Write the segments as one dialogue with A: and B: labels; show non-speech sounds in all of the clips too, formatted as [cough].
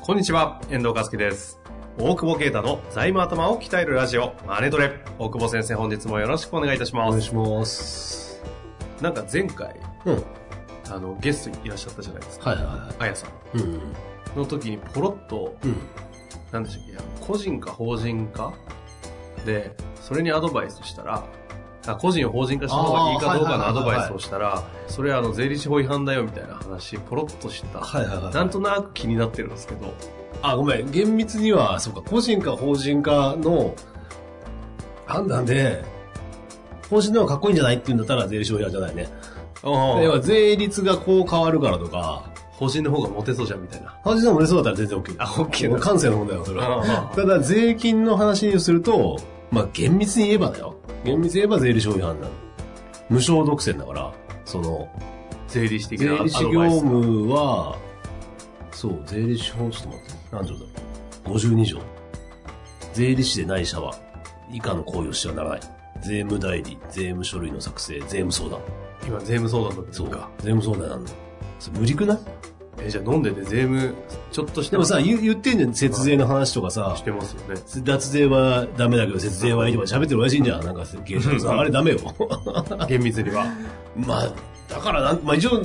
A: こんにちは、遠藤和樹です。大久保啓太の財務頭を鍛えるラジオ、マネトレ。大久保先生、本日もよろしくお願いいたし
B: お
A: ま
B: 願い
A: す。
B: します。
A: なんか前回、
B: うん。はい
A: あの、ゲストいらっしゃったじゃないですか。
B: はいは
A: あやさん
B: い。うん。
A: の時にポロッと、
B: うん。
A: なんでしたっけ、あの個人か法人かで、それにアドバイスしたら、あ個人を法人化した方がいいかどうかの
B: あ
A: ア
B: ー
A: ド
B: はいはいはいはい
A: バイスをしたら、それあの税理士法違反だよみたいな話、ポロッとした。
B: はいはいはい。
A: なんとなく気になってるんですけど、
B: あ、ごめん。厳密には、そうか、個人か法人かの判断で、法人の方がかっこいいんじゃないって言うんだったら税理士法違反じゃないね。要は税率がこう変わるからとか、
A: 法人の方がモテそうじゃんみたいな。
B: 法人のも出そうだったら全然 OK。
A: あ OK だ
B: もう感性の問題はそれは。
A: あ
B: ただ、税金の話にすると、まあ、厳密に言えばだよ。厳密に言えば税理士法違反なの。無償独占だから、その、
A: 税理士的
B: 税
A: なアドバイ
B: 理
A: ス
B: 士業務は、そう、税理士法、ちょっと待って、何条だろう。52条。税理士でない者は、以下の行為をしてはならない。税務代理、税務書類の作成、税務相談。
A: 今税務相談の時
B: そう
A: と
B: か
A: か。。
B: 税務相談なんだ。それ無理くない
A: え、じゃあ飲んでて税務、ちょっとして
B: でもさ、言う言ってんじゃん、節税の話とかさ
A: し。てますよね。
B: 脱税はダメだけど、節税はいいとか喋ってるらしいんじゃん。なんか、芸者さん。あれ
A: [laughs]
B: ダメよ。
A: 厳密には。
B: まあ、だからなん、まあ一応、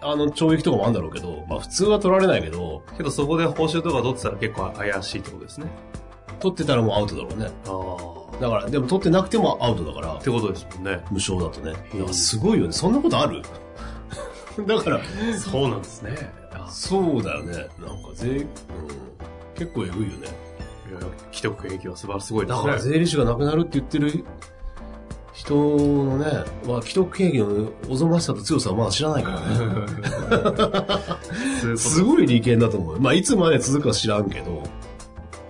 B: あの、懲役とかもあるんだろうけど、まあ普通は取られないけど、
A: けどそこで報酬とか取ってたら結構怪しいってことですね。
B: 取ってたらもうアウトだろうね。
A: ああ。
B: だから、でも取ってなくてもアウトだから
A: って、ことですもんね。
B: 無償だとね。
A: うん
B: だからすごいよね。そんなことある [laughs] だから、
A: そうなんですね。あ
B: そうだよね。なんか税、うん、結構えぐいよね。
A: いや既得権益は素晴らしいすごいで
B: だ
A: す
B: か
A: ね。
B: ら税理士が亡くなるって言ってる人のね、まあ、既得権益のおぞましさと強さはまだ知らないから
A: [laughs]
B: ね。
A: そういうこと
B: [laughs] すごい利権だと思う。まあ、いつまで続くか知らんけど。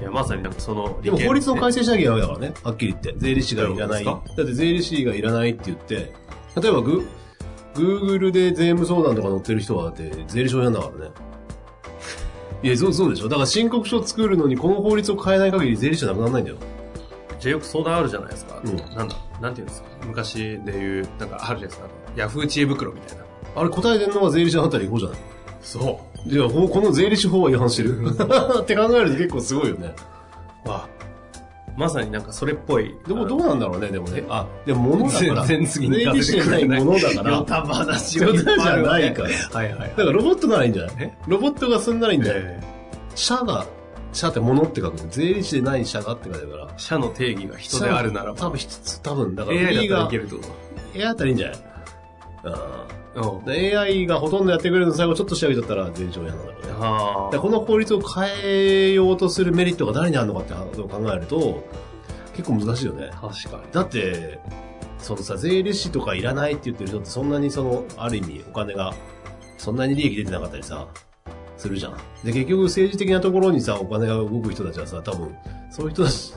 A: いや、まさになんかその利
B: でも
A: 権
B: 法律の改正しなきゃダメだからね。はっきり言って。税理士がいらな
A: どういう
B: い。だ
A: こ
B: って税理士がいらないって言って、例えばグ、Google で税務相談とか載ってる人はだって税理士をやんだからね。いや、そう、そうでしょ。だから申告書を作るのにこの法律を変えない限り税理士はなくならないんだよ。
A: じゃあよく相談あるじゃないですか。
B: うん
A: なんだ、なんていうんですか。昔で言う、なんかあるじゃないですか。ヤフー知恵袋みたいな。
B: あれ答えてんのは税理士のあたり法じゃない。
A: そう。
B: じゃあ、ここの税理士法は違反してる [laughs] って考えると結構すごいよね。
A: あまさになんかそれっぽい。
B: でもどうなんだろうね、でもね。あ、でも物だから。
A: 全然次に
B: 税
A: 行か
B: 理
A: せ
B: 士
A: て
B: じゃ
A: く
B: な
A: れ
B: い
A: ない。
B: ものだか
A: よ
B: ら。
A: た話
B: 冗
A: いっ
B: 談じ
A: ぱ
B: ゃ
A: あるわ
B: な
A: ね
B: いから。
A: はいはい
B: だからロボットならいいんじゃない
A: え
B: ロボットがそんならいいんじゃない
A: え
B: 社が、社って物って書くの。税理士でない社がって書いてあるから
A: ー。社の定義が人であるなら
B: 多
A: ば、
B: 分一つ、多分、だから
A: AI だったらい
B: が
A: け、るってこ
B: AI あたらいいんじゃない
A: と
B: うん。で AI がほとんどやってくれるの最後ちょっと仕上げちゃったら税理士は嫌なんだろうね。だか
A: は
B: らこの法律を変えようとするメリットが誰にあるのかってことを考えると、結構難しいよね。
A: あ。確か
B: だって、そのさ、税理士とかいらないって言ってる人ってそんなにその、ある意味お金が、そんなに利益出てなかったりさ、するじゃん。で、結局政治的なところにさ、お金が動く人たちはさ、多分、そういう人たち、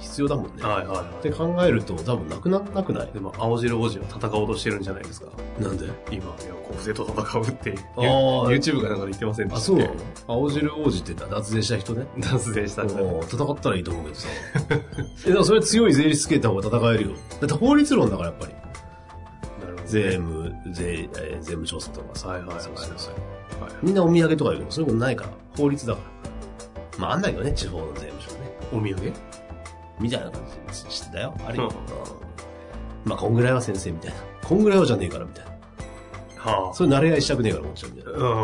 B: 必要だもんね
A: に。。はいはいは
B: っ
A: い。
B: て考えると、多分なくなんなくない
A: でも、青白王子は戦おうとしてるんじゃないですか。
B: なんで
A: 今、いや、小布と戦うって、
B: あー
A: YouTube がなんかで言ってませんで
B: あ、
A: した
B: そう
A: っ
B: な
A: け
B: の青汁王子って言ったら脱税した人ね。
A: 脱税したんじゃない
B: もう戦ったらいいと思うけどさ。 [laughs] え、だからそれ強い税理士つけた方が戦えるよ。だって法律論だからやっぱり。
A: なるほどね
B: 税務、税、えー税務調査とかさ。
A: はいはいはいはい
B: そうそうそう
A: はい
B: みんなお土産とかよりもそういうことないから。法律だから。まああんないよね、地方の税務署ね。
A: お土産
B: みたいな感じしてたよ。あれ、
A: うん
B: うんまあこんぐらいは先生みたいな。こんぐらいはじゃねえからみたいな。
A: は
B: そういう慣れ合いしたくねえから、もちろんみたいな。
A: あ。うん。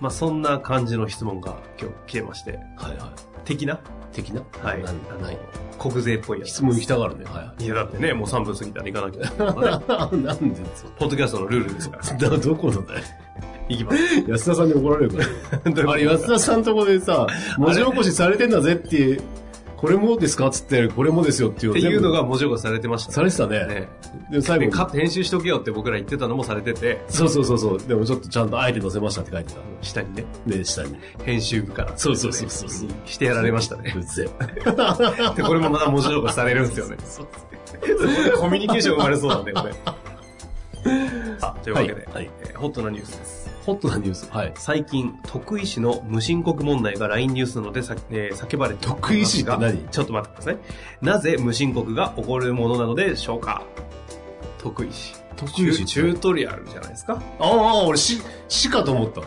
A: まあ、そんな感じの質問が今日来てまして、
B: はいはい。
A: 的な
B: 的な
A: はい
B: なん
A: あの
B: ない
A: 国税っぽいやつ。
B: 質問行きたがるね。はい
A: いや、だってね、もう3分過ぎたら行かなきゃいけないからね。
B: はい。 [laughs] なんでそ
A: ポッドキャストのルールです
B: [laughs]
A: から。
B: だどこのだよ。
A: 行きます。
B: 安田
A: [laughs]
B: さんに怒られるから。あれ、安田さんとこでさ、文字起こしされてんだぜってこれもですかっつって、これもですよっていう
A: っていうの
B: が、
A: が文字起こしされてました
B: されてたね。
A: ね
B: で最
A: で
B: 後
A: カット編集しとけよって僕ら言ってたのもされてて、
B: そうそうそうそう。でもちょっとちゃんとあえて載せましたって書いてた。
A: 下にね、
B: で、下に。
A: 編集部から。
B: そうそうそうそうそう
A: してやられましたね。
B: うぜ
A: で、これもまた文字起こしされるんです
B: [laughs]
A: よね。コミュニケーション生まれそうなんだ [laughs] よね。あ、というわけで、
B: はいはい
A: えーホットなニュースです。
B: ホットなニュース。はい。
A: 最近、徳井市の無申告問題が LINE ニュースなどでさ、えー叫ばれておりますが
B: 徳井市って何
A: ちょっと待ってください。なぜ無申告が起こるものなのでしょうか徳井市。
B: 徳井
A: チュ
B: 市
A: チュートリアルじゃないですか
B: ああ、俺、し、しかと思った。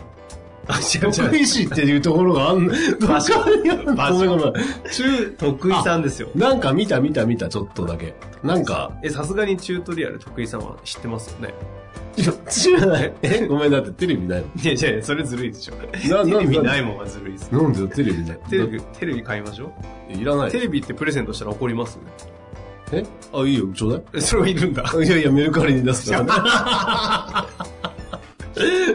A: あ、違う
B: 徳
A: 違う。
B: 井市っていうところがあん [laughs] の。
A: 場所
B: にあんの
A: 場所
B: ごめんごめん。中、
A: 徳井さんですよ。
B: なんか見た見た見た、ちょっとだけ。なんか、
A: え、さすがにチュートリアル徳井さんは知ってますよね。
B: いや知らない。えごめん、だってテレビない
A: いやいやいや [laughs] それずるいでしょ。
B: な
A: テレビないいもんはずるいです。
B: の。なんでよテレビない。
A: テレビ、テレビ買いましょう。
B: いらない。
A: テレビってプレゼントしたら怒りますね
B: えあ、いいよ、ちょうだい。
A: えそれはいるんだ。
B: [laughs] いやいや、メルカリに出す [laughs] からね。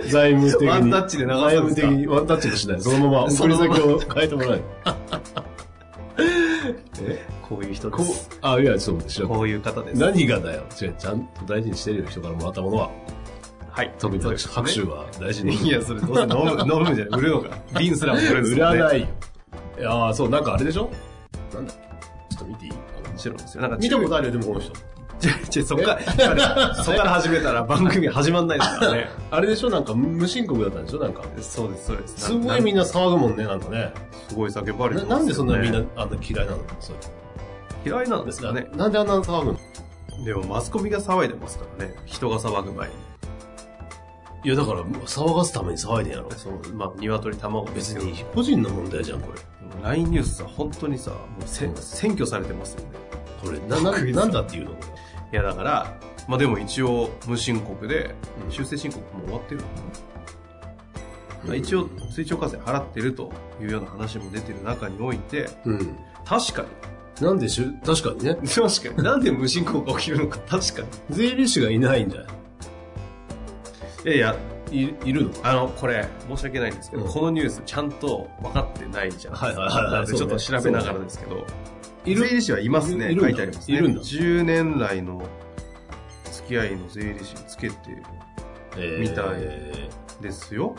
B: 財務的に。
A: ワンタッチで流すんですか
B: 財務的に、ワンタッチもし [laughs] ない。そのまま送り先を変えてもらえ。え
A: こういう人
B: こ
A: で
B: う
A: す。、
B: あ、いや、ちょっと待って、
A: こ
B: 調
A: ういう方で
B: べて
A: す。
B: 何がだよ。違う、ちゃんと大事にしてるよ、人からもらったものは。
A: はい。
B: 特に
A: そうで
B: 拍
A: す
B: 手
A: ね
B: 拍手は大事に。
A: いや、それどうせ飲
B: [laughs]
A: む、飲むんじゃない売るのか。瓶すらもこれ
B: 売らないよ。いやーそう、なんかあれでしょなんだちょっと見ていい
A: もちろんですよ。なんか、
B: 見たことあるよ、でもこの人。
A: ちょちょそっ
B: [laughs]
A: から、そっから始めたら番組始まんないですからね。
B: あれでしょなんか無申告だったんでしょなんか。
A: そうです、そうです。
B: すごいみんな騒ぐもんね、なんかね。
A: すごい叫ばれて
B: な
A: ますよね
B: なんでそんなみんな、あの嫌いなのそう
A: 嫌いなんですかね。
B: なんであんな騒ぐの
A: でもマスコミが騒いでますからね。人が騒ぐ前に。
B: いやだから騒がすために騒いでんやろ
A: その、まあ、鶏卵です
B: 別
A: けど
B: に個人の問題じゃんこれ
A: LINE ニュースさ、本当にさ、もうせ占拠されてますよね。
B: これなな
A: クイズ
B: なんだっていうのこ
A: いやだから、まあでも一応無申告で、
B: うん
A: 修正申告も終わってるのかな、
B: うん
A: 一応追徴課税払ってるというような話も出てる中において、
B: れうん
A: 確かに。
B: なんでしゅ確かにね
A: 確かに。なんで無申告が起きるのか、確かに。
B: 税理士がいないんじゃない
A: やいや、
B: いいいるのか
A: あの、これ、申し訳ないんですけど、
B: うん
A: このニュースちゃんと分かってないじゃん。
B: はいはいはいはい
A: なのでちょっと
B: そうね
A: 調べながらですけど、
B: い
A: 税理士はいますね。
B: いるんだ
A: 書いてありますね。
B: いるんだ
A: 10年来の付き合いの税理士につけてる
B: え
A: みたんですよ。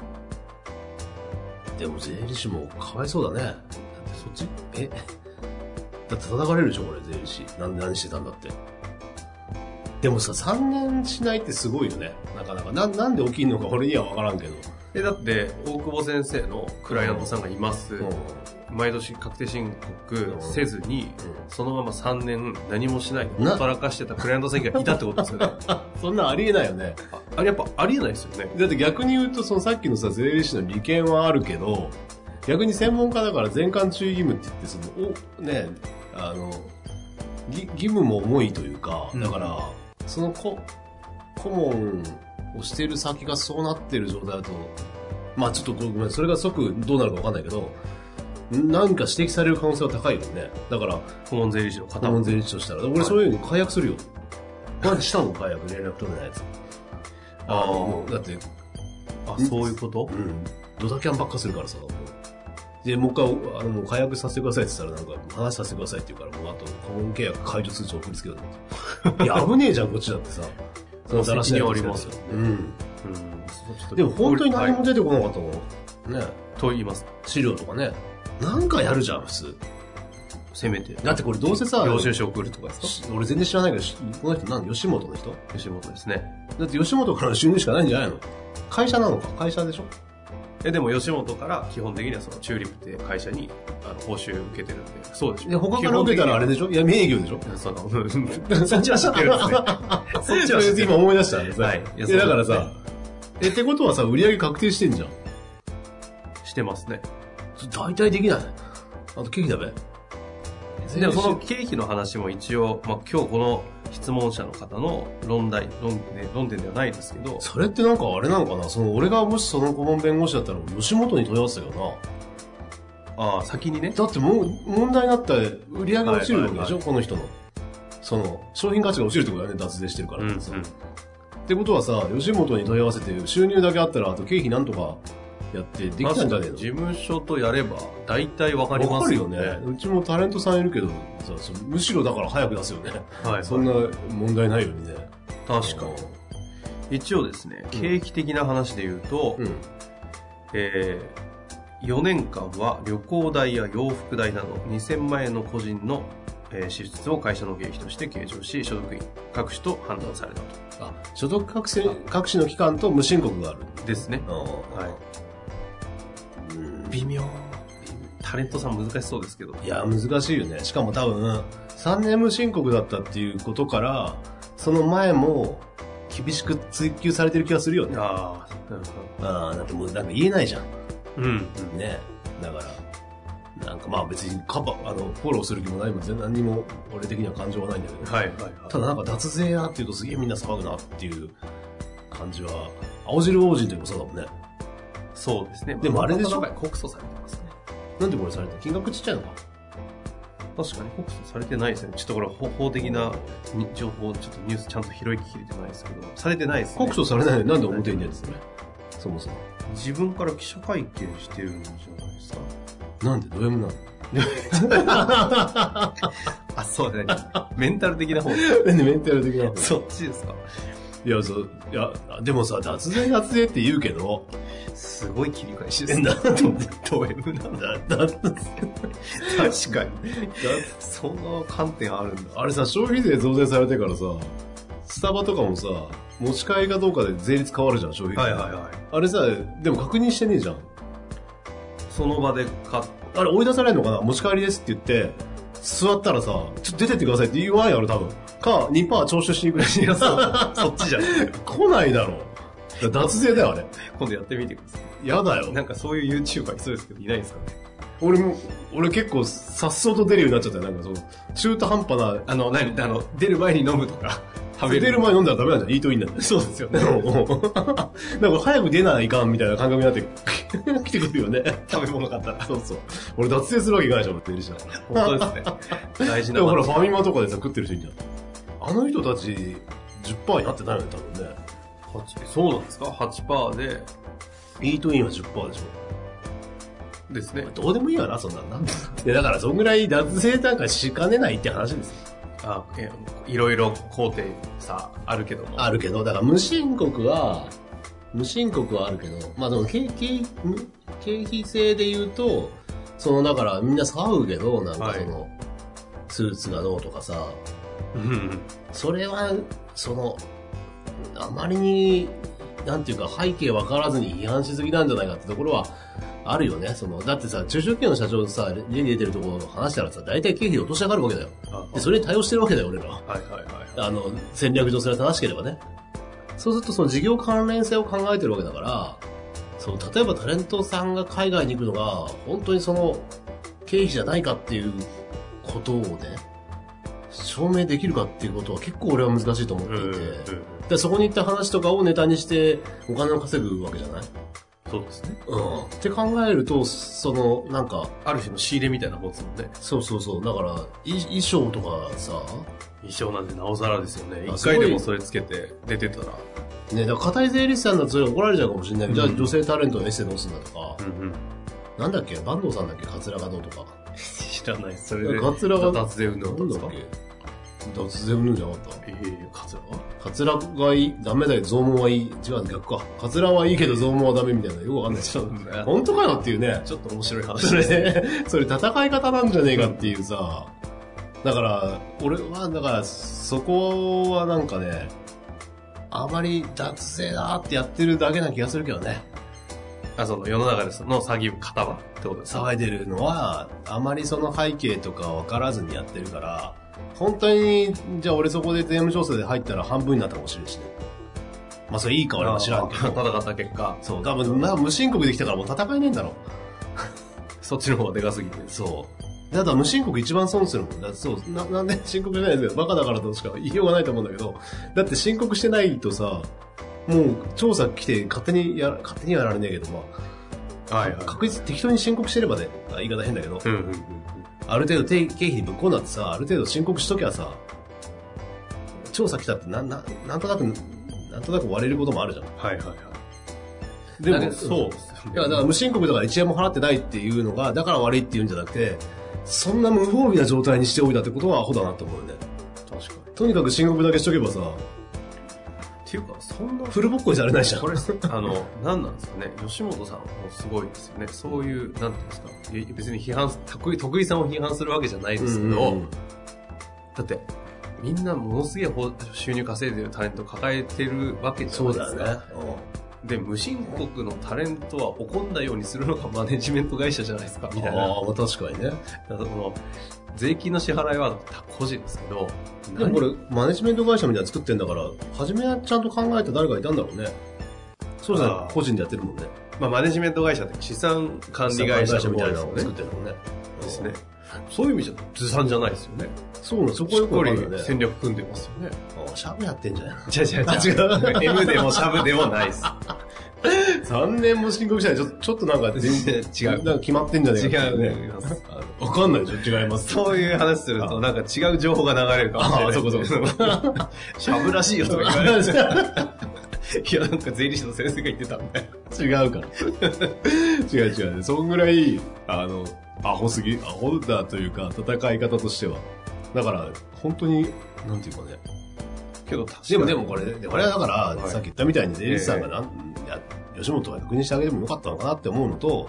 B: でも税理士もかわいそうだねだってそっちえ [laughs] だって叩かれるでしょこれ税理士なん何してたんだってでもさ3年しないってすごいよねなかなかななんで起きんのか俺には分からんけど
A: えだって大久保先生のクライアントさんがいます、
B: うん
A: 毎年確定申告せずに、
B: ん
A: そのまま3年何もしないほ
B: な
A: ったらかしてたクライアントさんがいたってことです
B: [laughs]
A: よね
B: そんなんありえないよね
A: ああれやっぱありえないですよね
B: だって逆に言うと、そのさっきのさ、税理士の利権はあるけど、逆に専門家だから全館注意義務って言って、その、お、ね、あの、ぎ義務も重いというか、
A: うん
B: だから、そのこ、顧問をしている先がそうなってる状態だと、まあちょっとごめん、それが即どうなるかわかんないけど、なんか指摘される可能性は高いよね。だから、
A: 顧問税理士の方
B: 多
A: も
B: 分税理士としたら。俺そういうの解約するよ。何したの解約連絡取れないやつ。
A: ああ
B: もうだって、
A: あそういうこと
B: うん。ドタキャンばっかするからさ。もうで、もう一回、あの、もう解約させてくださいって言ったら、なんか、話させてくださいって言うから、もうあと、顧問契約解除通知送りつけようと思
A: [laughs]
B: って。いや、危ねえじゃん、こっちだってさ。
A: その責任はありますよ
B: うん。
A: うんちょっと
B: でも本当に何
A: は
B: も
A: い
B: 出てこなかったもん。ね。
A: と言います
B: 資料とかね。なんかやるじゃん、普通。
A: せめて
B: だってこれどうせさ、
A: 領収書送るとかです
B: し俺全然知らないけどし、この人なん吉本の人
A: か吉本ですね
B: だって吉本からの収入しかないんじゃないの会社なのか会社でしょ
A: えでも吉本から基本的にはそのチューリップって会社にあの報酬受けてるんでそうでしょ
B: で、他から受けた [laughs] らあれでしょいや、名義でしょ
A: その、うんうんそっちは知ってるんですね。
B: [laughs]
A: そっちは知って
B: 今
A: る。
B: 思い出したん
A: はいいや
B: や、だから
A: そう
B: さ、え、ってことはさ、売り上げ確定してんじゃん。
A: してますね。
B: それ大体できない。あとケーキ食べ。
A: でもその経費の話も一応、まあ、今日この質問者の方の論題、論,、ね、論点ではないですけど、
B: それってなんかあれなのかなその、俺がもしその顧問弁護士だったら、吉本に問い合わせたけどな。
A: ああ、先にね、
B: だってもう、問題になったら売り上げ落ちるわけで
A: はい
B: し
A: はい
B: ょこの人の。その、商品価値が落ちるってことだよね、脱税してるから。
A: うん
B: ってことはさ、吉本に問い合わせて、収入だけあったら、あと経費なんとかやってできたんじゃねえの
A: 事務所とやれば、大体わかり
B: わ
A: ま
B: か
A: す
B: る
A: よ
B: よ
A: ね。
B: ね。うちもタレントさんいるけどさ、そむしろだから早く出すよね。
A: はい。
B: そんな問題ないよね。
A: 確かに。一応ですね、景気的な話で言うと、
B: うん。
A: え4年間は旅行代や洋服代など2000万円の個人のえー支出を会社の経費として計上し、所得員各種と判断されたと。
B: あ、所得隠せ隠しの期間と無申告がある。
A: ですね。
B: は
A: はい。微妙。タレントさん難しそうですけど。
B: いや、難しいよね。しかも多分、3年無申告だったっていうことから、その前も厳しく追求されてる気がするよね。
A: ああ、なる
B: ああ、だってもうなんか言えないじゃん。
A: ほど。うん。
B: ねだから、なんかまあ別にカバー、あの、フォローする気もないもん、全然何にも俺的には感情はないんだけど。
A: はい。はい。
B: ただなんか脱税やっていうとすげえみんな騒ぐなっていう感じは、青汁王子の時もそうだもんね。
A: そうですね。
B: でもあれでしょ
A: また今回告訴されてますね。
B: なんでこれされた金額ちっちゃいのか
A: 確かに告訴されてないですね。ちょっとこれ法法的なに情報、ちょっとニュースちゃんと拾いきれてないですけど、されてないですね。
B: 告訴されないのになんで表に出るんですね。そもそも。
A: 自分から記者会見してるんじゃないですか。
B: なんでド M なの
A: あ、そうだね。 [laughs] メンタル的な方。
B: なんでメンタル的な
A: そっちですか。
B: いや、そう、いや、でもさ、脱税脱税って言うけど、
A: すごい切り返しで
B: え
A: すね。
B: なんで
A: ド M なんだ。
B: だ脱税
A: 確かに。
B: だ
A: そんな観点あるんだ。
B: あれさ、消費税増税されてからさ、スタバとかもさ、持ち帰りかどうかで税率変わるじゃん、消費税。
A: はいはいはい。
B: あれさ、でも確認してねえじゃん。
A: その場で買っ
B: あれ追い出されるのかな持ち帰りですって言って、座ったらさ、ちょっと出てってくださいって言わんやろ、多分。か、2%徴収しに行くらしい。
A: [laughs] そっちじゃん。
B: 来ないだろ。だ脱税だよ、あれ。
A: 今度やってみてください。
B: やだよ。
A: なんかそういう YouTuber いそうですけど、いないですかね。
B: 俺も、俺結構、さっそうと出るようになっちゃったよ。なんかその、中途半端な、
A: あの、何あの、出る前に飲むとか、食べ
B: 出
A: る。
B: る前飲んだらダメなんじゃん。イートインなんだ
A: [laughs]
B: よ。
A: そうですよね。
B: [laughs] うんなんか早く出ないかんみたいな感覚になって、 [laughs] 来てくるよね。
A: 食べ物買ったら。
B: そうそう。俺脱税するわけいかないじゃん、俺出るじゃん。
A: 本当ですね。大事 [laughs]
B: で
A: な
B: もほ
A: こ
B: ら、
A: と。
B: ファミマとかでさ、食ってる人いるじゃん。あの人たち、10%になってないよね、多分ね。
A: 8そうなんですか ?8% で、
B: イートインは10%でしょ。
A: ですね。
B: どうでもいいわな、そんなん [laughs] なんで。いやだから、そんぐらい脱税なんかしかねないって話ですよ。
A: あえいろいろ工程さ、あるけども。
B: あるけど、だから無申告は、無申告はあるけど、まあでも経、経、む経費制で言うと、その、だからみんな騒ぐけど、なんかその、スーツがどうとかさ、
A: うん。
B: それは、その、あまりに、なんていうか背景分からずに批判しすぎなんじゃないかってところは、あるよね。その、だってさ、中小企業の社長とさ、家に出てるところの話したらさ、大体経費で落とし上がるわけだよ。
A: あ
B: で、それに対応してるわけだよ、俺らは。
A: はいはいはい。
B: あの、戦略上それが正しければね。そうするとその事業関連性を考えてるわけだから、その、例えばタレントさんが海外に行くのが、本当にその、経費じゃないかっていうことをね、証明できるかっていうことは結構俺は難しいと思っていて、でそこに行った話とかをネタにしてお金を稼ぐわけじゃない
A: そうですね。
B: うん。って考えると、その、なんか、
A: ある種の仕入れみたいなもんですもんね。
B: そうそうそう、だから、い衣装とかさ、
A: 衣装なんてなおさらですよね。
B: あ
A: 一回です
B: ご
A: も
B: い
A: それつけて出てたら。
B: ね、だから、硬い税理士さんだとそれ怒られちゃうかもしれない。
A: うん
B: じゃあ、女性タレントのエッセイどうすんだとか、
A: んうん。
B: なんだっけ、坂東さんだっけ、カツラがどうとか。
A: 知らないです。それで。
B: カツラが
A: 脱税運動だったんですか
B: なんだっけ脱税運動じゃなかった
A: ええ、カツラは
B: カツラがいい、ダメだよ、増毛はいい。違う、逆か。カツラはいいけど増毛はダメみたいな。よくわかんない。
A: ちょっと、
B: 本当かよっていうね。
A: ちょっと面白い話
B: それね、それ戦い方なんじゃねえかっていうさ、だから、俺は、だから、そこはなんかね、あまり脱税だーってやってるだけな気がするけどね。
A: [laughs] あ、その世の中での詐欺方はってことですか
B: 騒いでるのは、あまりその背景とかわからずにやってるから、本当に、じゃあ俺そこで税務調査で入ったら半分になったかもしれんしね。まあそれいいか俺は知らんけど。
A: [laughs] 戦った結果、
B: そう、多分、な無申告できたからもう戦えねえんだろう。
A: そっちの方がでかすぎて。
B: そう。だから無申告一番損するもんだってそうな。なんで申告じゃないですけど、バカだからとしか言いようがないと思うんだけど、だって申告してないとさ、もう調査来て勝手にやら、勝手にはやられねえけど、ま
A: はい
B: あ、確実、適当に申告してればね、あ言い方変だけど、
A: うんうんうん。
B: ある程度定経費にぶっ込んだってさ、ある程度申告しときゃさ、調査来たってなん、なん、なんとなく、なんとなく割れることもあるじゃん。
A: はいはいはい。
B: で
A: だけ
B: も、
A: ど
B: そう。
A: うん
B: いや、だから無申告とか1円も払ってないっていうのが、だから悪いっていうんじゃなくて、そんな無防備な状態にしておいたってことはアホだなと思うよね。
A: 確かに。
B: とにかく申告だけしとけばさ、
A: っていうか、そんな、 [laughs]
B: フルボッコにされないじゃん
A: こ。れ、あの、何なんですかね。吉本さんもすごいですよね。そういう、なんていうんですか。いや別に批判、得意、得意さんを批判するわけじゃないですけど、
B: うん
A: だって、みんなものすげえほ収入稼いでるタレント抱えてるわけじゃな
B: そ
A: いうで
B: だ
A: す
B: よ
A: か。
B: ね。
A: で、無申告のタレントは怒んないようにするのがマネジメント会社じゃないですか、みたいな。
B: ああ、まあ確かにね。
A: だからその、税金の支払いは個人ですけど、
B: でもこれ、マネジメント会社みたいなの作ってんだから、初めはちゃんと考えた誰かいたんだろうね。そうじゃ
A: あ
B: な
A: ー
B: い個人でやってるもんね。
A: まあ、マネジメント会社って資産管理会社
B: み
A: み
B: た
A: た
B: い
A: い
B: な
A: な
B: の
A: の
B: を
A: ね
B: 作っ。てるもんね。
A: ですね。そういう意味じゃずさんじゃないですよね。
B: そうなの、そこ
A: し
B: よ
A: っ
B: くわ
A: か
B: かんない
A: り
B: ね。
A: 戦略組んでますよね。
B: あシャブやってんじゃない [laughs] の
A: 違 [laughs] う違う違う。M でもシャブでもないです。
B: 3年も申告したい。ちょちょっとなんか全然
A: 違う
B: なんか決まってんじゃねえか
A: 違
B: って
A: う
B: ね
A: ね。
B: あのわかんないでしょ違います。
A: そういう話すると、なんか違う情報が流れるかもしれない。
B: あそうかそう
A: か。 [laughs] シャブらしいよとか言われる。いや、なんか税理士の先生が言ってたんだよ。
B: 違うから。 [laughs] 違う違うね。そんぐらい、あの、アホすぎ、アホだというか、戦い方としては。だから、本当に、なんていうかね。
A: けど、確かに
B: でもでもこれ、で俺はだから、
A: はい
B: さっき言ったみたいに、税理士さんがなん、いや吉本が確認してあげてもよかったのかなって思うのと、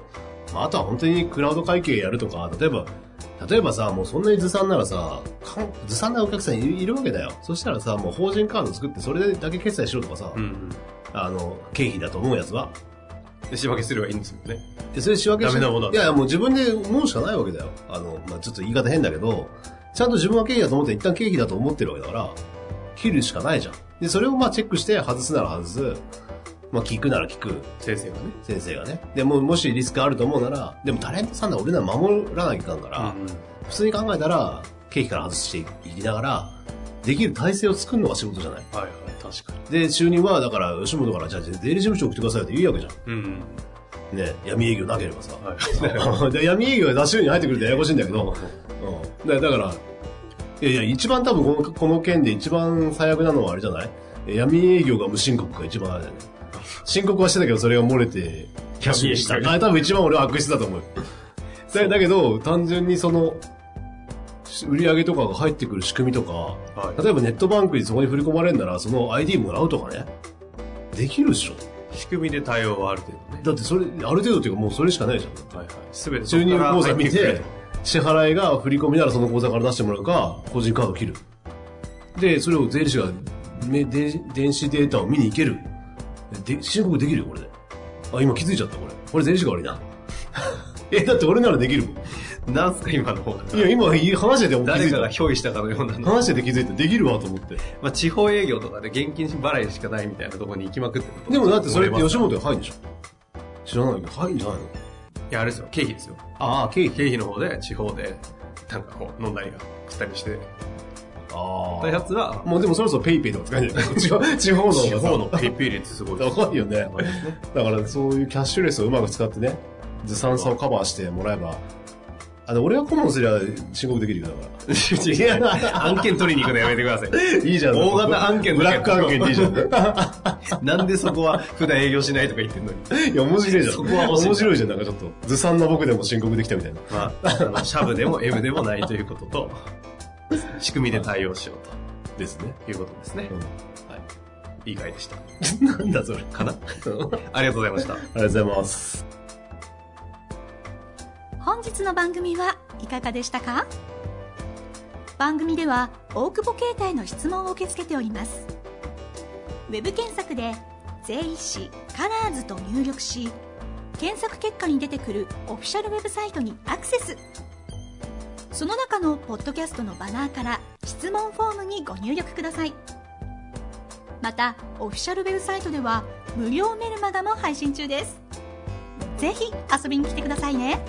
B: まあ、あとは本当にクラウド会計やるとか、例えば、例えばさ、もうそんなにずさんならさ、かんずさんなお客さんいるいるわけだよ。そしたらさ、もう法人カード作ってそれだけ決済しろとかさ、
A: うん。
B: あの、経費だと思うやつは、
A: で、仕分けすればいいんですよね。
B: で、それ仕分けし
A: ダメなものだ
B: いやいや、もう自分で思うしかないわけだよ。あの、まあちょっと言い方変だけど、ちゃんと自分は経費だと思って、一旦経費だと思ってるわけだから、切るしかないじゃん。で、それをまあチェックして、外すなら外す。まあ聞くなら聞く。
A: 先生がね。
B: 先生がね。で、もうもしリスクあると思うなら、でもタレントさんだ俺ら守らなきゃいかんから、普通に考えたら、経費から外していきながら、できる体制を作るのが仕事じゃない。
A: はいはい、確かに。
B: で、収入は、だから、吉本から、じゃあ、税理事務所送ってくださいって言うわけじゃ
A: うん。
B: ん。ね、闇営業なければさ。
A: [laughs] はい。
B: [laughs] で闇営業が出し入に入ってくるとややこしいんだけど、うん、だだから、いやいや、一番多分このこの件で一番最悪なのはあれじゃない闇営業が無申告が一番あれだよね。申告はしてたけど、それが漏れて、キャッシュにした。
A: 闇営業
B: あれ多分一番俺は悪質だと思う。だだけど、単純にその、売り上げとかが入ってくる仕組みとか、
A: はい
B: 例えばネットバンクにそこに振り込まれるなら、その ID もらうとかね、できるでしょ。
A: 仕組みで対応はある程度ね。
B: だってそれ、ある程度っていうかもうそれしかないじゃん。
A: はいはい。すべて
B: 収入口座見
A: そこから入ってくる、
B: 支払いが振り込みならその口座から出してもらうか、個人カードを切る。で、それを税理士が、めで電子データを見に行ける。で、申告できるよ、これで。あ、今気づいちゃった、これ。これ税理士が悪いな。 [laughs] え、だって俺ならできるもん。
A: なんすか今の方
B: いや、今話してて気づ
A: 誰
B: い
A: かが
B: た。
A: 憑依したかのようなの。
B: 話してて気づいた。できるわ、と思って。
A: まあ、地方営業とかで現金払いしかないみたいなところに行きまくってると
B: でもだってそれって
A: 思います
B: 吉本が入るんでしょ知らないけど、入るんじゃないの
A: いや、あれですよ、経費ですよ。
B: ああ、経費。
A: 経費の方で、地方で、なんかこう、飲んだりが食ったりして、
B: あ
A: たやつは、
B: もうでもそろそろペイペイとか使えない [laughs] 地方地方の
A: 地
B: 方
A: 方
B: が
A: の
B: さ
A: ペイペイ率すご [laughs] いです。
B: 高いよね
A: や。ばいですね
B: だからそういうキャッシュレスをうまく使ってね、ずさんさをカバーしてもらえば、あの、俺が顧問すりゃ申告できるよ、だ
A: [laughs]
B: か
A: 案件取りに行くのやめてください。
B: ら。いいじゃん。
A: 大型案件
B: ブラック案件でいいじゃん。
A: [laughs] なんでそこは普段営業しないとか言ってんのに。
B: いや、面白いじゃん。
A: そこは面白い
B: 面白いじゃん、なんかちょっと。ずさんな僕でも申告できたみたいな。
A: まあ、あのシャブで
B: [laughs]
A: も M でもないということと、仕組みで対応しよう
B: ですね。
A: ということですね
B: う。ん
A: いい回でした。
B: なんだそれ。 [laughs]
A: かな
B: あ
A: ありがとうございました。
B: りがとうございます。
C: 本日の番組はいかがでしたか番組では大久保携帯の質問を受け付けておりますウェブ検索で「税理士カラーズと入力し検索結果に出てくるオフィシャルウェブサイトにアクセスその中のポッドキャストのバナーから質問フォームにご入力くださいまたオフィシャルウェブサイトでは無料メルマガも配信中ですぜひ遊びに来てくださいね